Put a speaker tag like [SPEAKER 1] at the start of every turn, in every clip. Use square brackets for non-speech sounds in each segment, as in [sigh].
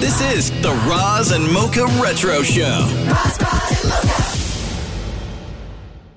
[SPEAKER 1] This is the Roz and Mocha Retro Show.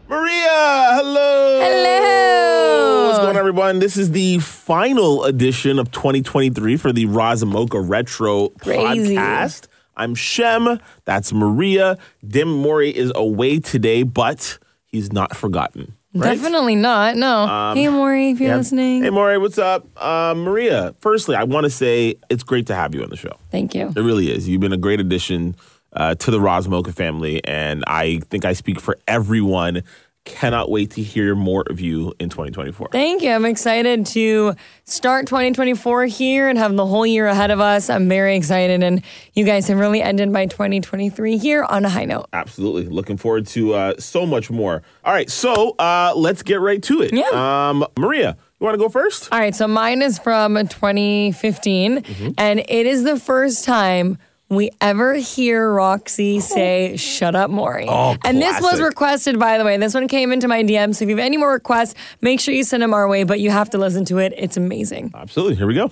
[SPEAKER 2] Maria, hello.
[SPEAKER 3] Hello.
[SPEAKER 2] What's going on, everyone? This is the final edition of 2023 for the Razamoka Retro
[SPEAKER 3] Crazy.
[SPEAKER 2] podcast. I'm Shem. That's Maria. Dim Mori is away today, but he's not forgotten. Right? Um,
[SPEAKER 3] Definitely not. No. hey, Maury, if you're
[SPEAKER 2] Yeah.
[SPEAKER 3] listening.
[SPEAKER 2] Hey, Maury, what's up? Uh, Maria, firstly, I want to say it's great to have you on the show.
[SPEAKER 3] Thank you.
[SPEAKER 2] It really is. You've been a great addition uh, to the Rosmoka family, and I think I speak for everyone. Cannot wait to hear more of you in 2024.
[SPEAKER 3] Thank you. I'm excited to start 2024 here and have the whole year ahead of us. I'm very excited. And you guys have really ended my 2023 here on a high note.
[SPEAKER 2] Absolutely. Looking forward to uh, so much more. All right, so uh, let's get right to it.
[SPEAKER 3] Yeah.
[SPEAKER 2] Um, Maria, you want to go first?
[SPEAKER 3] All right, so mine is from 2015,
[SPEAKER 2] Mm-hmm.
[SPEAKER 3] and it is the first time we ever hear Roxy say, Shut up, Maury.
[SPEAKER 2] Oh,
[SPEAKER 3] and this was
[SPEAKER 2] classic.
[SPEAKER 3] requested, by the way. This one came into my DM. So if you have any more requests, make sure you send them our way, but you have to listen to it. It's amazing.
[SPEAKER 2] Absolutely. Here we go.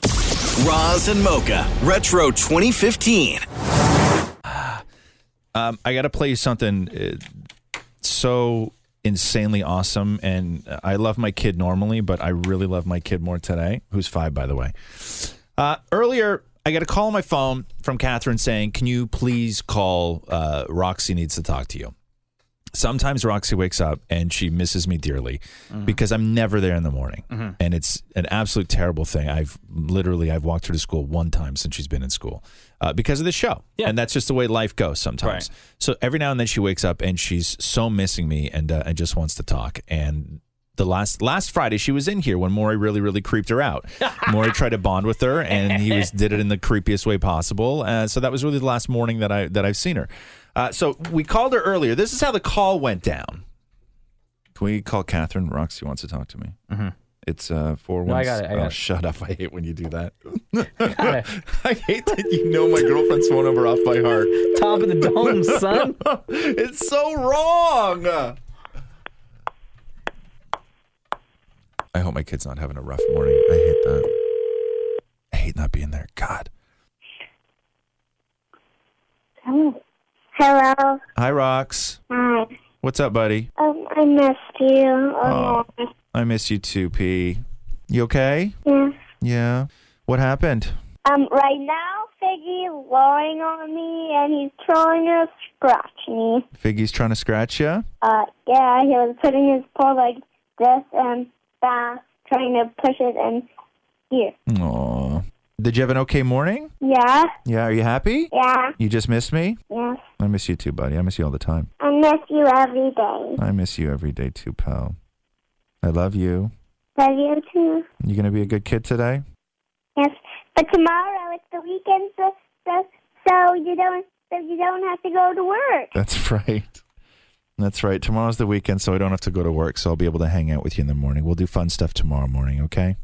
[SPEAKER 1] Roz and Mocha Retro 2015.
[SPEAKER 4] Um, I got to play you something uh, so insanely awesome. And I love my kid normally, but I really love my kid more today, who's five, by the way. Uh, earlier, I got a call on my phone from Catherine saying, Can you please call? Uh, Roxy needs to talk to you. Sometimes Roxy wakes up and she misses me dearly because I'm never there in the morning. And it's an absolute terrible thing. I've literally I've walked her to school one time since she's been in school uh, because of the show.
[SPEAKER 5] Yeah.
[SPEAKER 4] And that's just the way life goes sometimes. So every now and then she wakes up and she's so missing me and uh, and just wants to talk. And the last last Friday she was in here when Maury really really creeped
[SPEAKER 5] [laughs]
[SPEAKER 4] her out. Maury tried to bond with her and he was did it in the creepiest way possible. Uh, so that was really the last morning that I that I've seen her. Uh, so we called her earlier. This is how the call went down. Can we call Catherine? Roxy wants to talk to me. It's uh four
[SPEAKER 5] Mm-hmm. No, I got it, I got
[SPEAKER 4] oh,
[SPEAKER 5] it.
[SPEAKER 4] shut up! I hate when you do
[SPEAKER 5] [laughs]
[SPEAKER 4] that. [laughs]
[SPEAKER 6] [laughs]
[SPEAKER 5] Got
[SPEAKER 4] I hate that you know my girlfriend's phone number off by heart.
[SPEAKER 5] it. Top of the dome, son.
[SPEAKER 4] [laughs] It's so wrong. I hope my kid's not having a rough morning. I hate that. I hate not being there. God.
[SPEAKER 7] Hello.
[SPEAKER 4] Hi, Rox.
[SPEAKER 7] Hi.
[SPEAKER 4] What's up, buddy?
[SPEAKER 7] Um, I missed you. Oh,
[SPEAKER 4] I miss you too, P. You okay?
[SPEAKER 7] yeah.
[SPEAKER 4] Yeah. What happened?
[SPEAKER 7] Um, right now, Figgy is lying on me and he's trying to scratch me.
[SPEAKER 4] Figgy's trying to scratch you?
[SPEAKER 7] Uh, yeah, he was putting his paw like this and fast, trying to push it in here.
[SPEAKER 4] Aw. Did you have an okay morning?
[SPEAKER 7] Yeah,
[SPEAKER 4] Yeah. Are you happy?
[SPEAKER 7] yeah,
[SPEAKER 4] You just miss me?
[SPEAKER 7] yes.
[SPEAKER 4] I miss you too, buddy. I miss you all the time.
[SPEAKER 7] I miss you every day.
[SPEAKER 4] I miss you every day too, pal. I love you.
[SPEAKER 7] Love you too.
[SPEAKER 4] You gonna be a good kid today? [laughs]
[SPEAKER 7] Yes, but tomorrow it's the weekend, so, so, so you don't, so you don't have to go to work.
[SPEAKER 4] That's right. That's right. Tomorrow's the weekend, so I don't have to go to work, so I'll be able to hang out with you in the morning. We'll do fun stuff tomorrow morning, okay?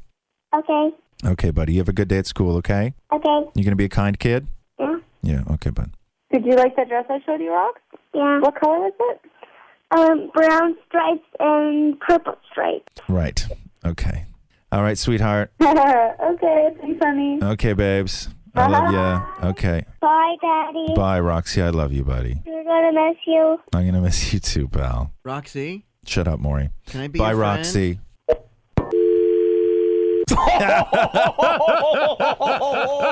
[SPEAKER 7] Okay,
[SPEAKER 4] Okay, buddy. You have a good day at school, okay?
[SPEAKER 7] okay,
[SPEAKER 4] You gonna be a kind kid?
[SPEAKER 7] yeah,
[SPEAKER 4] Yeah, okay, bud.
[SPEAKER 8] Did you like that dress I showed you, Rox?
[SPEAKER 7] yeah.
[SPEAKER 8] What color was it?
[SPEAKER 7] Um, brown stripes and purple stripes.
[SPEAKER 4] Right. Okay. All right, sweetheart.
[SPEAKER 8] [laughs] okay, thanks, honey.
[SPEAKER 4] Okay, babes. I love you. Okay.
[SPEAKER 7] Bye, Daddy.
[SPEAKER 4] Bye, Roxy. I love you, buddy.
[SPEAKER 7] We're gonna miss you.
[SPEAKER 4] I'm gonna miss you too, pal.
[SPEAKER 9] Roxy,
[SPEAKER 4] Shut up, Maury.
[SPEAKER 9] can I be
[SPEAKER 4] Bye,
[SPEAKER 9] your friend? [laughs]
[SPEAKER 4] Roxy. [laughs]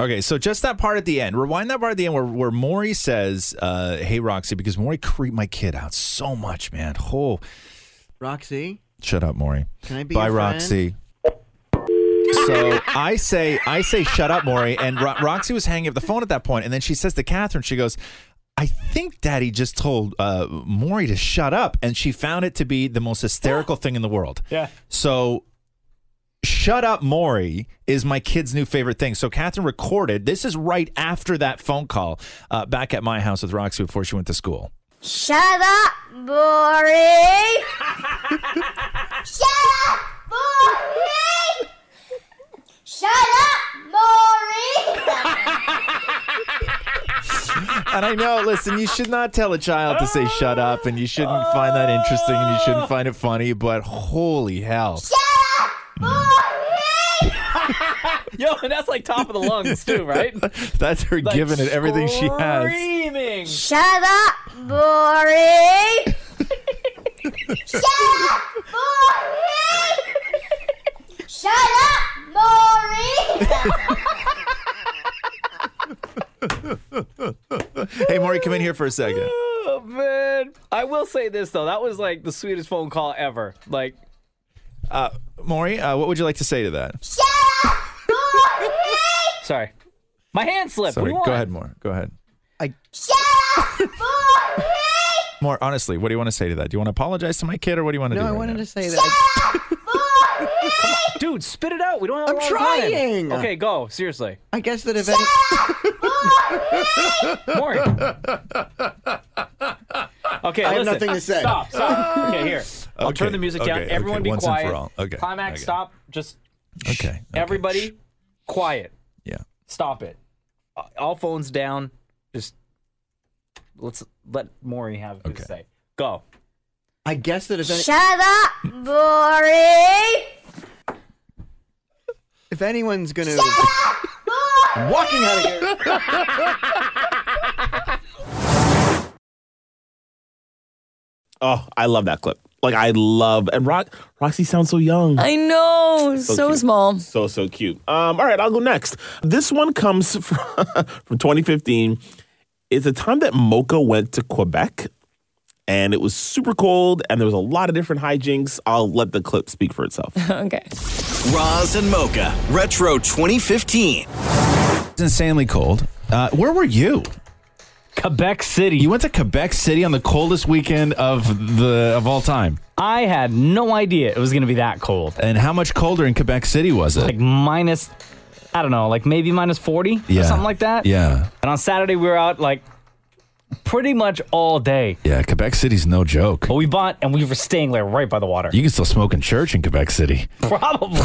[SPEAKER 4] Okay, so just that part at the end. Rewind that part at the end where, where Maury says, uh, hey, Roxy, because Maury creeped my kid out so much, man. Oh,
[SPEAKER 9] Roxy,
[SPEAKER 4] shut up, Maury.
[SPEAKER 9] can I be
[SPEAKER 4] Bye,
[SPEAKER 9] your friend?
[SPEAKER 4] Roxy. So I say, I say, shut up, Maury. And Ro- Roxy was hanging up the phone at that point, and then she says to Catherine, she goes, "I think Daddy just told uh, Maury to shut up," and she found it to be the most hysterical thing in the world.
[SPEAKER 5] Yeah.
[SPEAKER 4] So. Shut up, Maury is my kid's new favorite thing. So Catherine recorded. This is right after that phone call uh, back at my house with Roxy before she went to school.
[SPEAKER 7] Shut up, Maury. Shut up, Maury. Shut up, Maury.
[SPEAKER 4] And I know, listen, you should not tell a child to say shut up, and you shouldn't find that interesting, and you shouldn't find it funny, but holy hell.
[SPEAKER 7] Shut up, Maury.
[SPEAKER 5] [laughs] Yo, and that's like top of the lungs too, right?
[SPEAKER 4] [laughs] That's her
[SPEAKER 5] Like
[SPEAKER 4] giving it everything she has.
[SPEAKER 5] Screaming.
[SPEAKER 9] Shut up, Bori! Shut up, Bori! Shut up, Bori!
[SPEAKER 4] Hey, Maury, come in here for a second.
[SPEAKER 5] Oh man. I will say this though. That was like the sweetest phone call ever. Like
[SPEAKER 4] Maury, uh, what would you like to say to that?
[SPEAKER 9] Shut up, Bori!
[SPEAKER 5] sorry. My hand slipped.
[SPEAKER 4] Sorry,
[SPEAKER 5] What do
[SPEAKER 4] go
[SPEAKER 5] you
[SPEAKER 4] ahead,
[SPEAKER 5] want?
[SPEAKER 4] Maury. Go ahead.
[SPEAKER 9] Shut up,
[SPEAKER 4] [laughs]
[SPEAKER 9] Bori!
[SPEAKER 4] More honestly, what do you want to say to that? Do you want to apologize to my kid, or what do you want to
[SPEAKER 6] No,
[SPEAKER 4] do?
[SPEAKER 6] I
[SPEAKER 4] right
[SPEAKER 6] wanted
[SPEAKER 4] now?
[SPEAKER 6] to say that.
[SPEAKER 5] Dude, spit it out. We don't have a
[SPEAKER 6] I'm
[SPEAKER 5] long time.
[SPEAKER 6] trying.
[SPEAKER 5] Okay, go.
[SPEAKER 4] [laughs]
[SPEAKER 5] Seriously.
[SPEAKER 6] I guess that if any,
[SPEAKER 5] Maury. Okay,
[SPEAKER 6] I have
[SPEAKER 5] listen.
[SPEAKER 6] nothing to say.
[SPEAKER 5] Stop, stop. Okay,
[SPEAKER 4] [laughs]
[SPEAKER 5] here. I'll
[SPEAKER 4] Okay,
[SPEAKER 5] turn the music down.
[SPEAKER 4] okay,
[SPEAKER 5] Everyone
[SPEAKER 4] okay,
[SPEAKER 5] be
[SPEAKER 4] once and for
[SPEAKER 5] quiet.
[SPEAKER 4] all. Okay,
[SPEAKER 5] Climax,
[SPEAKER 4] okay.
[SPEAKER 5] stop. Just
[SPEAKER 4] Okay. okay.
[SPEAKER 5] everybody quiet.
[SPEAKER 4] Yeah.
[SPEAKER 5] Stop it. Uh, All phones down. Just let's let Maury have his
[SPEAKER 4] Okay.
[SPEAKER 5] say. Go.
[SPEAKER 6] I guess that if any,
[SPEAKER 9] Shut up, Bori!
[SPEAKER 6] if anyone's gonna I'm walking out of here.
[SPEAKER 2] Oh, I love that clip. Like I love and Rock Roxy sounds so young.
[SPEAKER 3] I know, so,
[SPEAKER 2] cute.
[SPEAKER 3] small. [laughs]
[SPEAKER 2] So so cute. Um, all right, I'll go next. This one comes [laughs] from, from 2015. It's a time that Mocha went to Quebec, and it was super cold, and there was a lot of different hijinks. I'll let the clip speak for itself.
[SPEAKER 3] Okay.
[SPEAKER 1] Roz and Mocha, Retro 2015.
[SPEAKER 4] It's insanely cold. Uh, where were you?
[SPEAKER 5] [laughs] Quebec City.
[SPEAKER 4] You went to Quebec City on the coldest weekend of the of all time.
[SPEAKER 5] I had no idea it was going to be that cold.
[SPEAKER 4] And how much colder in Quebec City was it?
[SPEAKER 5] Like minus, I don't know, like maybe minus 40 or something like that.
[SPEAKER 4] Yeah.
[SPEAKER 5] And on Saturday, we were out like pretty much all day.
[SPEAKER 4] Yeah, Quebec City's no joke.
[SPEAKER 5] But we bought and we were staying like right by the water.
[SPEAKER 4] You can still smoke in church in Quebec City.
[SPEAKER 5] Probably.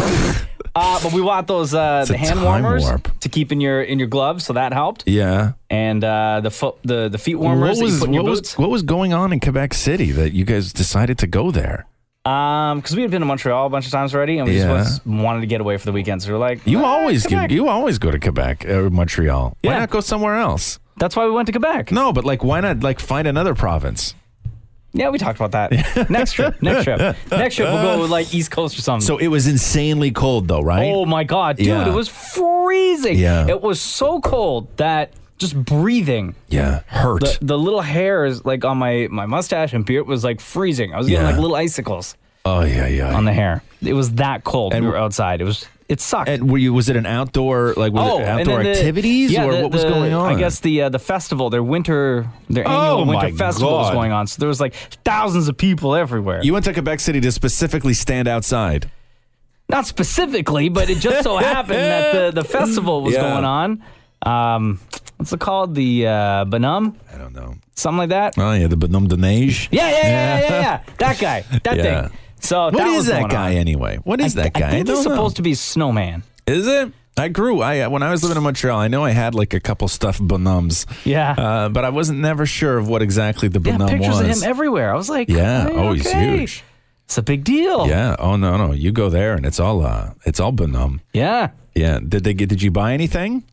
[SPEAKER 5] uh, but we bought those uh, the
[SPEAKER 4] a
[SPEAKER 5] hand
[SPEAKER 4] time
[SPEAKER 5] warmers
[SPEAKER 4] warp.
[SPEAKER 5] to keep in your in your gloves, so that helped.
[SPEAKER 4] Yeah.
[SPEAKER 5] And uh, the foot the the feet warmers that you put in your
[SPEAKER 4] what was
[SPEAKER 5] boots.
[SPEAKER 4] what was going on in Quebec City that you guys decided to go there?
[SPEAKER 5] Um, because we had been to Montreal a bunch of times already, and we
[SPEAKER 4] Yeah.
[SPEAKER 5] just was- wanted to get away for the weekend. So we were like,
[SPEAKER 4] You
[SPEAKER 5] "Ah,
[SPEAKER 4] always
[SPEAKER 5] Quebec."
[SPEAKER 4] give, you always go to Quebec or Montreal. Why
[SPEAKER 5] Yeah.
[SPEAKER 4] not go somewhere else?
[SPEAKER 5] That's why we went to Quebec.
[SPEAKER 4] No, but like why not like find another province?
[SPEAKER 5] Yeah, we talked about that.
[SPEAKER 4] [laughs]
[SPEAKER 5] next trip, next trip, next trip, we'll go like East Coast or something.
[SPEAKER 4] So it was insanely cold though, right?
[SPEAKER 5] oh my god, dude,
[SPEAKER 4] Yeah.
[SPEAKER 5] it was freezing.
[SPEAKER 4] Yeah.
[SPEAKER 5] it was so cold that just breathing
[SPEAKER 4] yeah, hurt.
[SPEAKER 5] the, the little hairs like on my my mustache and beard was like freezing. I was getting
[SPEAKER 4] Yeah.
[SPEAKER 5] like little icicles
[SPEAKER 4] oh yeah, yeah.
[SPEAKER 5] on the hair. It was that cold.
[SPEAKER 4] And-
[SPEAKER 5] we were outside. It was it sucked.
[SPEAKER 4] and were you was it an outdoor like was it
[SPEAKER 5] Oh, and
[SPEAKER 4] outdoor
[SPEAKER 5] then the-
[SPEAKER 4] activities
[SPEAKER 5] yeah,
[SPEAKER 4] or
[SPEAKER 5] the-
[SPEAKER 4] what was
[SPEAKER 5] the-
[SPEAKER 4] going on?
[SPEAKER 5] I guess the uh, the festival, their winter, their
[SPEAKER 4] Oh
[SPEAKER 5] annual
[SPEAKER 4] my
[SPEAKER 5] winter festival was
[SPEAKER 4] God.
[SPEAKER 5] going on. So there was like thousands of people everywhere.
[SPEAKER 4] you went to Quebec City to specifically stand outside.
[SPEAKER 5] Not specifically, but it just so happened that the
[SPEAKER 4] [laughs]
[SPEAKER 5] the festival was
[SPEAKER 4] Yeah.
[SPEAKER 5] going on. Um, what's it called? The uh, Bonum,
[SPEAKER 4] I don't know.
[SPEAKER 5] something like that.
[SPEAKER 4] Oh yeah, the Bonhomme de Neige.
[SPEAKER 5] Yeah, yeah, yeah, yeah, yeah,
[SPEAKER 4] [laughs]
[SPEAKER 5] yeah. That guy, that
[SPEAKER 4] Yeah.
[SPEAKER 5] thing. So
[SPEAKER 4] What
[SPEAKER 5] that
[SPEAKER 4] is
[SPEAKER 5] was
[SPEAKER 4] that
[SPEAKER 5] going
[SPEAKER 4] guy
[SPEAKER 5] on.
[SPEAKER 4] anyway? What is that guy?
[SPEAKER 5] I think he's
[SPEAKER 4] don't know.
[SPEAKER 5] supposed to be Snowman.
[SPEAKER 4] Is it? I grew. I uh, when I was living in Montreal, I know I had like a couple stuffed bonums.
[SPEAKER 5] Yeah.
[SPEAKER 4] uh, but I wasn't never sure of what exactly the
[SPEAKER 5] Yeah,
[SPEAKER 4] bonum
[SPEAKER 5] pictures
[SPEAKER 4] was.
[SPEAKER 5] of him everywhere. I was like,
[SPEAKER 4] yeah.
[SPEAKER 5] "Hey,
[SPEAKER 4] Oh, he's
[SPEAKER 5] okay.
[SPEAKER 4] huge.
[SPEAKER 5] It's a big deal.
[SPEAKER 4] Yeah. Oh no, no. You go there and it's all uh, it's all bonum.
[SPEAKER 5] yeah.
[SPEAKER 4] Yeah. Did they get? Did you buy anything?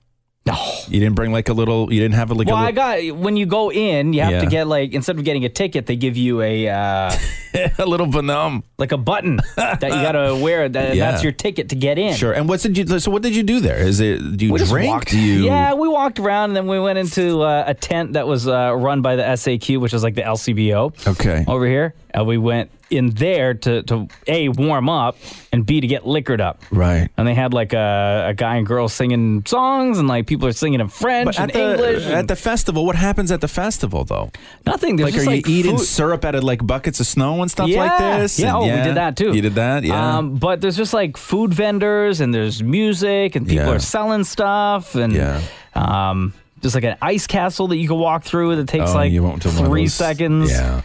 [SPEAKER 5] No.
[SPEAKER 4] You didn't bring like a little. You didn't have like
[SPEAKER 5] Well,
[SPEAKER 4] a.
[SPEAKER 5] I
[SPEAKER 4] li-
[SPEAKER 5] got when you go in, you have to
[SPEAKER 4] Yeah.
[SPEAKER 5] get like instead of getting a ticket, they give you a uh,
[SPEAKER 4] [laughs] a little bonum.
[SPEAKER 5] like a button that you
[SPEAKER 4] [laughs]
[SPEAKER 5] gotta wear. That
[SPEAKER 4] Yeah.
[SPEAKER 5] that's your ticket to get in.
[SPEAKER 4] Sure. And what did you? So what did you do there? Is it? Do you
[SPEAKER 5] We just
[SPEAKER 4] drink?
[SPEAKER 5] walked.
[SPEAKER 4] Do you?
[SPEAKER 5] Yeah, we walked around and then we went into uh, a tent that was uh, run by the SAQ, which is like the LCBO
[SPEAKER 4] Okay.
[SPEAKER 5] over here. And we went in there to, to A, warm up and B, to get liquored up.
[SPEAKER 4] Right.
[SPEAKER 5] And they had like a, a guy and girl singing songs and like people are singing in French
[SPEAKER 4] But
[SPEAKER 5] and
[SPEAKER 4] at the,
[SPEAKER 5] English.
[SPEAKER 4] at
[SPEAKER 5] and
[SPEAKER 4] the festival, what happens at the festival though?
[SPEAKER 5] nothing. There's
[SPEAKER 4] like,
[SPEAKER 5] just
[SPEAKER 4] are
[SPEAKER 5] like
[SPEAKER 4] you eating
[SPEAKER 5] food.
[SPEAKER 4] syrup out of like buckets of snow and stuff like this?
[SPEAKER 5] Yeah,
[SPEAKER 4] And
[SPEAKER 5] oh, we did that too.
[SPEAKER 4] You did that, yeah.
[SPEAKER 5] Um, but there's just like food vendors and there's music and people
[SPEAKER 4] Yeah.
[SPEAKER 5] are selling stuff and
[SPEAKER 4] Yeah.
[SPEAKER 5] um, just like an ice castle that you can walk through that takes
[SPEAKER 4] Oh,
[SPEAKER 5] like
[SPEAKER 4] you went to one of
[SPEAKER 5] three
[SPEAKER 4] those-
[SPEAKER 5] seconds.
[SPEAKER 4] Yeah,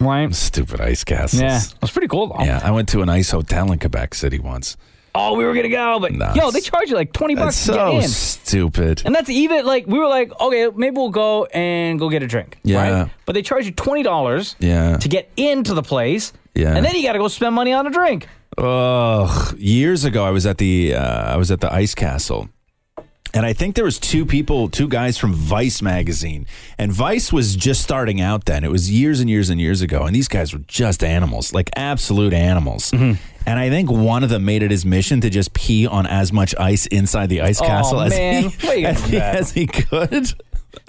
[SPEAKER 5] Right.
[SPEAKER 4] stupid ice castles.
[SPEAKER 5] Yeah. It was pretty cool though.
[SPEAKER 4] Yeah, I went to an ice hotel in Quebec City once.
[SPEAKER 5] Oh, we were gonna go, but
[SPEAKER 4] Nah,
[SPEAKER 5] yo,
[SPEAKER 4] it's-
[SPEAKER 5] they charge you like twenty bucks
[SPEAKER 4] That's
[SPEAKER 5] to get
[SPEAKER 4] so
[SPEAKER 5] in.
[SPEAKER 4] stupid.
[SPEAKER 5] and that's even like we were like, okay, maybe we'll go and go get a drink.
[SPEAKER 4] Yeah.
[SPEAKER 5] Right? But they charge you twenty dollars
[SPEAKER 4] Yeah.
[SPEAKER 5] to get into the place.
[SPEAKER 4] Yeah.
[SPEAKER 5] And then you gotta go spend money on a drink.
[SPEAKER 4] Ugh, years ago, I was at the uh, I was at the Ice Castle, and I think there was two people, two guys from Vice magazine, and Vice was just starting out then. It was years and years and years ago, and these guys were just animals, like absolute animals.
[SPEAKER 5] Mm-hmm.
[SPEAKER 4] And I think one of them made it his mission to just pee on as much ice inside the ice
[SPEAKER 5] Aw,
[SPEAKER 4] castle as
[SPEAKER 5] man. Why you
[SPEAKER 4] he,
[SPEAKER 5] gotta
[SPEAKER 4] as,
[SPEAKER 5] do
[SPEAKER 4] he,
[SPEAKER 5] that?
[SPEAKER 4] as he could. [laughs]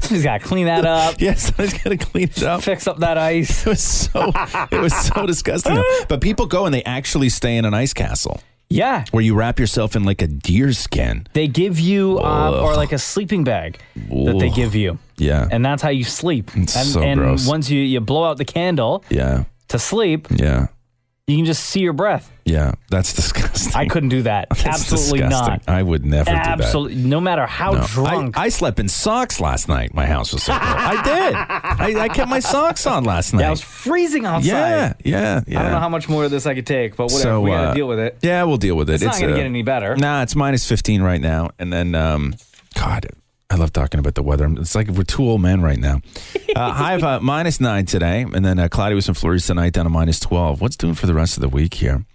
[SPEAKER 5] He's got to clean that up.
[SPEAKER 4] Yes, I was gonna clean it
[SPEAKER 5] [laughs]
[SPEAKER 4] up.
[SPEAKER 5] Fix up that ice.
[SPEAKER 4] It was so it was so disgusting.
[SPEAKER 5] [laughs]
[SPEAKER 4] But people go and they actually stay in an ice castle
[SPEAKER 5] Yeah.
[SPEAKER 4] where you wrap yourself in like a deer skin.
[SPEAKER 5] They give you, um, or like a sleeping bag that they
[SPEAKER 4] Ugh.
[SPEAKER 5] give you.
[SPEAKER 4] Yeah.
[SPEAKER 5] And that's how you sleep.
[SPEAKER 4] It's
[SPEAKER 5] and
[SPEAKER 4] so
[SPEAKER 5] and
[SPEAKER 4] gross.
[SPEAKER 5] once you, you blow out the candle
[SPEAKER 4] yeah.
[SPEAKER 5] to sleep,
[SPEAKER 4] Yeah.
[SPEAKER 5] you can just see your breath.
[SPEAKER 4] Yeah. That's disgusting.
[SPEAKER 5] I couldn't do that.
[SPEAKER 4] [laughs] That's
[SPEAKER 5] Absolutely
[SPEAKER 4] disgusting.
[SPEAKER 5] not.
[SPEAKER 4] I would never
[SPEAKER 5] Absolutely. No matter how
[SPEAKER 4] do that. No.
[SPEAKER 5] drunk.
[SPEAKER 4] I, I slept in socks last night. My house
[SPEAKER 5] [laughs]
[SPEAKER 4] was so cold. I did. I, I kept my socks on last night.
[SPEAKER 5] yeah, I was freezing outside.
[SPEAKER 4] yeah, yeah, yeah.
[SPEAKER 5] I don't know how much more of this I could take, but whatever. we got to
[SPEAKER 4] uh,
[SPEAKER 5] deal with it.
[SPEAKER 4] Yeah, we'll deal with it. It's,
[SPEAKER 5] not gonna
[SPEAKER 4] uh,
[SPEAKER 5] get any better.
[SPEAKER 4] Nah, it's minus 15 right now. And then, um, God, I love talking about the weather. It's like we're two old men right now. Uh, high of uh, minus nine today. And then uh, cloudy with some flurries tonight down to minus 12. What's doing for the rest of the week here?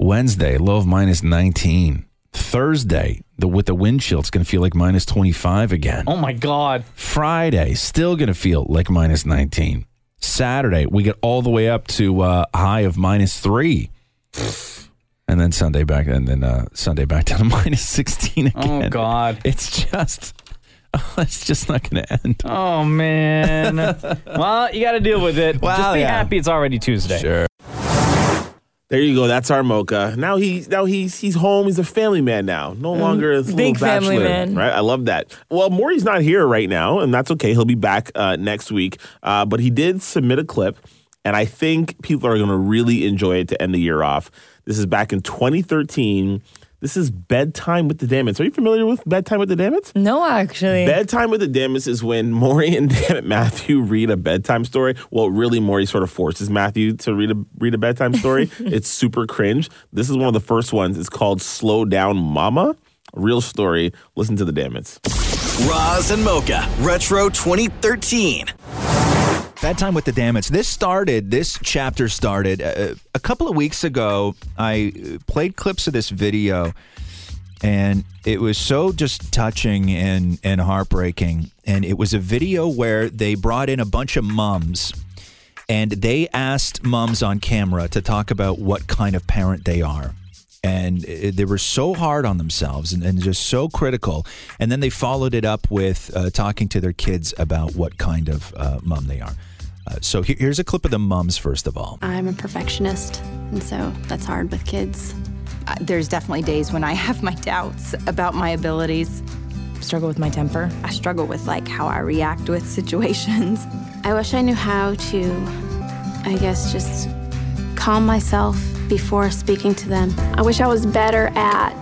[SPEAKER 4] Wednesday, low of minus 19. Thursday, the, with the wind chill, it's going to feel like minus 25 again.
[SPEAKER 5] Oh my God.
[SPEAKER 4] Friday, still going to feel like minus 19. Saturday, we get all the way up to uh, high of minus three. And then Sunday back, and then uh, Sunday back down to [laughs] minus 16
[SPEAKER 5] Oh
[SPEAKER 4] again.
[SPEAKER 5] God.
[SPEAKER 4] It's just, [laughs] it's just not going to end.
[SPEAKER 5] Oh
[SPEAKER 4] [laughs]
[SPEAKER 5] man. well, you got to deal with it.
[SPEAKER 4] Well,
[SPEAKER 5] Just be
[SPEAKER 4] yeah.
[SPEAKER 5] happy it's already Tuesday.
[SPEAKER 4] Sure.
[SPEAKER 2] There you go. That's our mocha. Now he now he's he's home. He's a family man now. No longer this
[SPEAKER 3] Mm-hmm. big
[SPEAKER 2] little bachelor,
[SPEAKER 3] family man.
[SPEAKER 2] Right. I love that. Well, Maury's not here right now, and that's okay. He'll be back uh, next week. Uh, but he did submit a clip, and I think people are going to really enjoy it to end the year off. This is back in 2013. This is bedtime with the Damits. Are you familiar with bedtime with the Damits?
[SPEAKER 3] No, actually.
[SPEAKER 2] Bedtime with the Damis is when Maury and [laughs] Dammit Matthew read a bedtime story. Well, really, Maury sort of forces Matthew to read a read a bedtime
[SPEAKER 5] [laughs]
[SPEAKER 2] story. it's super cringe. This is one of the first ones. It's called "Slow Down, Mama." Real story. Listen to the Damits.
[SPEAKER 1] Roz and Mocha, Retro 2013.
[SPEAKER 4] Bedtime with the Damage. This started, this chapter started uh, a couple of weeks ago. I uh, played clips of this video and it was so just touching and, and heartbreaking. And it was a video where they brought in a bunch of mums and they asked mums on camera to talk about what kind of parent they are. And uh, they were so hard on themselves and, and just so critical. And then they followed it up with uh, talking to their kids about what kind of uh, mum they are. Uh, so here- here's a clip of the mums, first of all.
[SPEAKER 10] I'm a perfectionist, and so that's hard with kids.
[SPEAKER 11] Uh, There's definitely days when I have my doubts about my abilities.
[SPEAKER 10] Struggle with my temper.
[SPEAKER 11] I struggle with like how I react with situations.
[SPEAKER 10] [laughs] I wish I knew how to, I guess, just calm myself before speaking to them.
[SPEAKER 7] I wish I was better at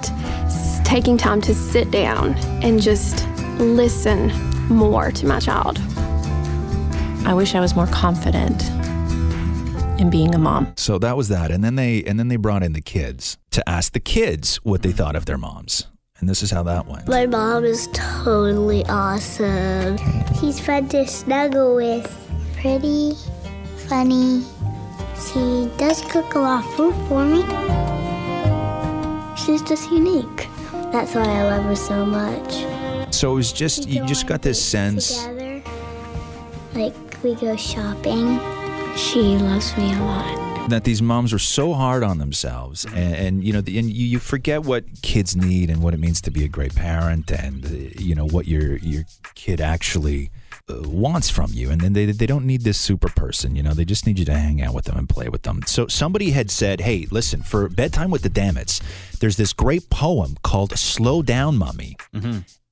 [SPEAKER 7] s- taking time to sit down and just listen more to my child.
[SPEAKER 10] I wish I was more confident in being a mom.
[SPEAKER 4] So that was that, and then they and then they brought in the kids to ask the kids what they thought of their moms, and this is how that went.
[SPEAKER 8] My mom is totally awesome.
[SPEAKER 7] She's fun to snuggle with. Pretty, funny. She does cook a lot of food for me. She's just unique. That's why I love her so much.
[SPEAKER 4] So it was just you just got this sense.
[SPEAKER 7] Together. Like we go shopping. She loves me a lot.
[SPEAKER 4] that these moms were so hard on themselves and, and you know the, and you, you forget what kids need and what it means to be a great parent and uh, you know what your your kid actually uh, wants from you and then they, they don't need this super person you know they just need you to hang out with them and play with them so somebody had said hey listen for bedtime with the damits there's this great poem called slow down mummy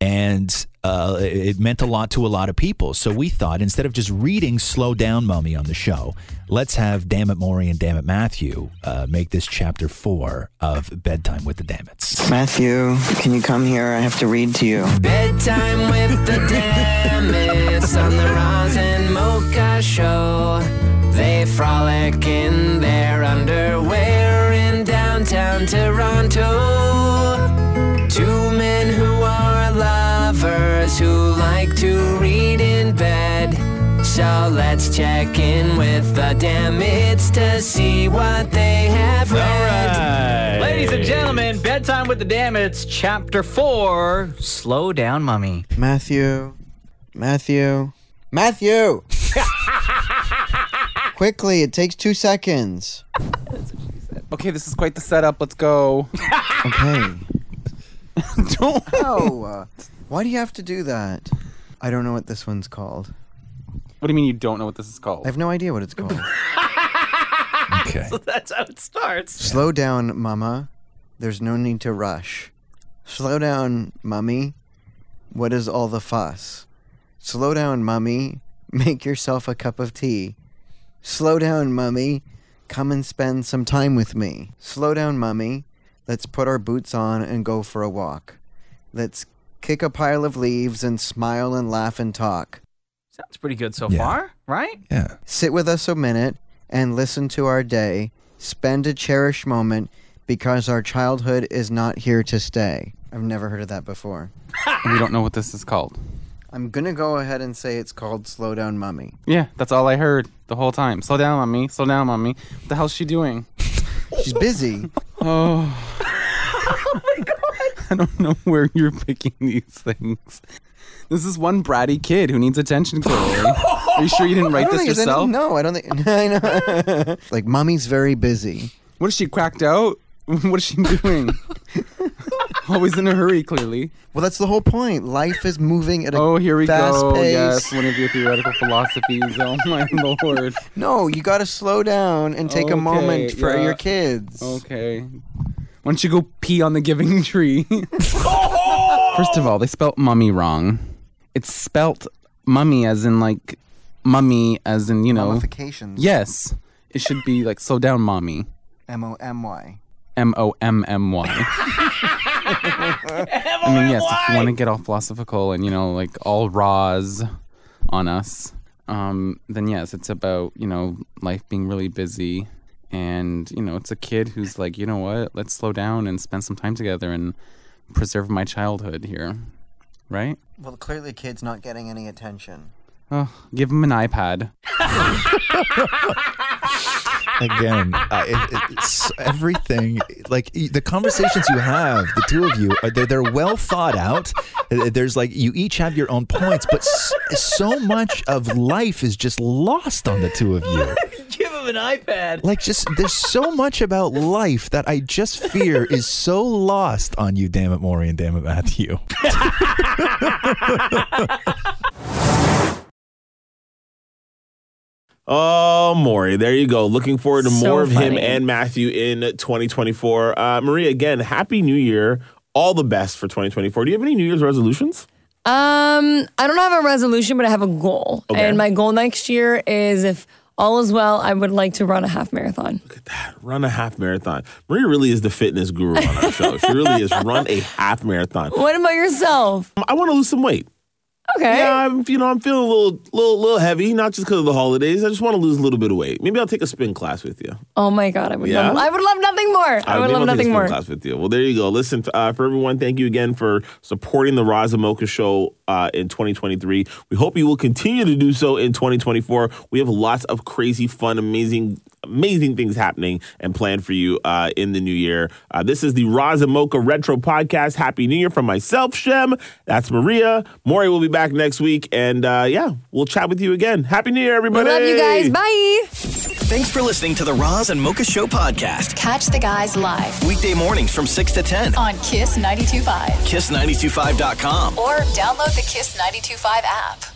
[SPEAKER 4] and uh, it meant a lot to a lot of people. So we thought instead of just reading "Slow Down, Mummy" on the show, let's have Dammit Maury and Dammit Matthew uh, make this chapter four of Bedtime with the Dammits.
[SPEAKER 6] Matthew, can you come here? I have to read to you.
[SPEAKER 11] Bedtime with the Damits on the Roz and Mocha show. They frolic in their underwear in downtown Toronto. Two men who are lovers who like to read in bed.
[SPEAKER 12] so let's check in with the Damits to see what they have read.
[SPEAKER 5] Ladies and gentlemen, Bedtime with the Damits, Chapter 4 Slow Down Mummy.
[SPEAKER 6] Matthew. Matthew. Matthew!
[SPEAKER 13] [laughs]
[SPEAKER 6] Quickly, it takes two seconds.
[SPEAKER 13] Okay, this is quite the setup. Let's go. [laughs]
[SPEAKER 6] Okay. don't know. Why do you have to do that? I don't know what this one's called.
[SPEAKER 13] What do you mean you don't know what this is called?
[SPEAKER 6] I have no idea what it's called. okay.
[SPEAKER 5] So [laughs] that's how it starts.
[SPEAKER 6] Slow down, mama. There's no need to rush. Slow down, mummy. What is all the fuss? Slow down, mummy. [laughs] Make yourself a cup of tea. Slow down, mummy. Come and spend some time with me. Slow down, mummy. Let's put our boots on and go for a walk. Let's kick a pile of leaves and smile and laugh and talk.
[SPEAKER 5] Sounds pretty good so far, right?
[SPEAKER 6] Yeah. Sit with us a minute and listen to our day. Spend a cherished moment because our childhood is not here to stay. I've never heard of that before.
[SPEAKER 13] we don't know what this is called.
[SPEAKER 6] I'm going to go ahead and say it's called Slow Down Mummy.
[SPEAKER 13] Yeah, that's all I heard the whole time. Slow down, mommy. Slow down, mommy. What the hell's she doing? [laughs]
[SPEAKER 6] She's busy.
[SPEAKER 13] oh, I don't know where you're picking these things. This is one bratty kid who needs attention. [laughs] Clearly, are you sure you didn't
[SPEAKER 6] I
[SPEAKER 13] write
[SPEAKER 6] don't
[SPEAKER 13] this
[SPEAKER 6] think it's any-
[SPEAKER 13] yourself?
[SPEAKER 6] no, I don't think. [laughs] I know. like, mommy's very busy.
[SPEAKER 13] What is she cracked out? Oh, [laughs] What is she doing?
[SPEAKER 6] [laughs]
[SPEAKER 13] Always in a hurry, clearly.
[SPEAKER 6] Well, that's the whole point. Life is moving at a
[SPEAKER 13] Oh, here we
[SPEAKER 6] fast
[SPEAKER 13] go.
[SPEAKER 6] pace.
[SPEAKER 13] Yes, one of your theoretical philosophies. Oh
[SPEAKER 6] [laughs]
[SPEAKER 13] my lord.
[SPEAKER 6] No, you got to slow down and take a
[SPEAKER 13] Okay,
[SPEAKER 6] moment for
[SPEAKER 13] yeah.
[SPEAKER 6] your kids.
[SPEAKER 13] Okay. Why don't you go pee on the giving tree? First of all, they spelt mummy wrong. It's spelt mummy as in like mummy as in, you know.
[SPEAKER 6] Mummifications.
[SPEAKER 13] Yes. It should be like slow down mommy.
[SPEAKER 6] M O M Y.
[SPEAKER 13] M O M M Y. I mean, yes, if you want to get all philosophical and, you know, like all raws on us, um, then yes, it's about, you know, life being really busy. And, you know, it's a kid who's like, you know what, let's slow down and spend some time together and preserve my childhood here. Right?
[SPEAKER 6] Well, clearly, kid's not getting any attention.
[SPEAKER 13] Oh, give him an iPad.
[SPEAKER 4] Again, I, it, it's everything like e- the conversations you have, the two of you, are they're, they're well thought out. Uh, There's like you each have your own points, but s- so much of life is just lost on the two of you.
[SPEAKER 5] [laughs] Give him an iPad.
[SPEAKER 4] Like just there's so much about life that I just fear is so lost on you, damn it, Maury and damn it, Matthew.
[SPEAKER 2] Oh, Maury, there you go. Looking forward to
[SPEAKER 5] So
[SPEAKER 2] more of him
[SPEAKER 5] funny.
[SPEAKER 2] and Matthew in 2024. Uh, Marie, again, happy new year. All the best for 2024. Do you have any New Year's resolutions?
[SPEAKER 3] Um, I don't have a resolution, but I have a goal.
[SPEAKER 2] Okay.
[SPEAKER 3] And my goal next year is if all is well, I would like to run a half marathon.
[SPEAKER 2] Run a half marathon. Marie really is the fitness guru on our show. She really is run a half marathon.
[SPEAKER 3] What about yourself?
[SPEAKER 2] I want to lose some weight.
[SPEAKER 3] Okay.
[SPEAKER 2] Yeah, I'm, you know, I'm feeling a little, little, little heavy, not just because of the holidays. I just want to lose a little bit of weight. Maybe I'll take a spin class with you.
[SPEAKER 3] Oh my god, I would
[SPEAKER 2] Yeah?
[SPEAKER 3] love I would love nothing more. I would
[SPEAKER 2] maybe
[SPEAKER 3] love
[SPEAKER 2] I'll take a
[SPEAKER 3] nothing
[SPEAKER 2] spin
[SPEAKER 3] more.
[SPEAKER 2] Class with you. Well, there you go. Listen, uh, for everyone, thank you again for supporting the Raza Mocha Show uh, in 2023. We hope you will continue to do so in 2024. We have lots of crazy, fun, amazing, amazing things happening and planned for you uh, in the new year. Uh, this is the Raza Mocha Retro Podcast. Happy New Year from myself, Shem. That's Maria. Maury will be back next week. And uh, yeah, we'll chat with you again. Happy New Year,
[SPEAKER 3] We
[SPEAKER 2] everybody.
[SPEAKER 3] love you guys. Bye.
[SPEAKER 1] Thanks for listening to the Roz and Mocha Show podcast.
[SPEAKER 14] Catch the guys live
[SPEAKER 1] Weekday mornings from 6 to 10.
[SPEAKER 14] on Kiss 92.5
[SPEAKER 1] Kiss925.com.
[SPEAKER 14] or download the Kiss 92.5 app.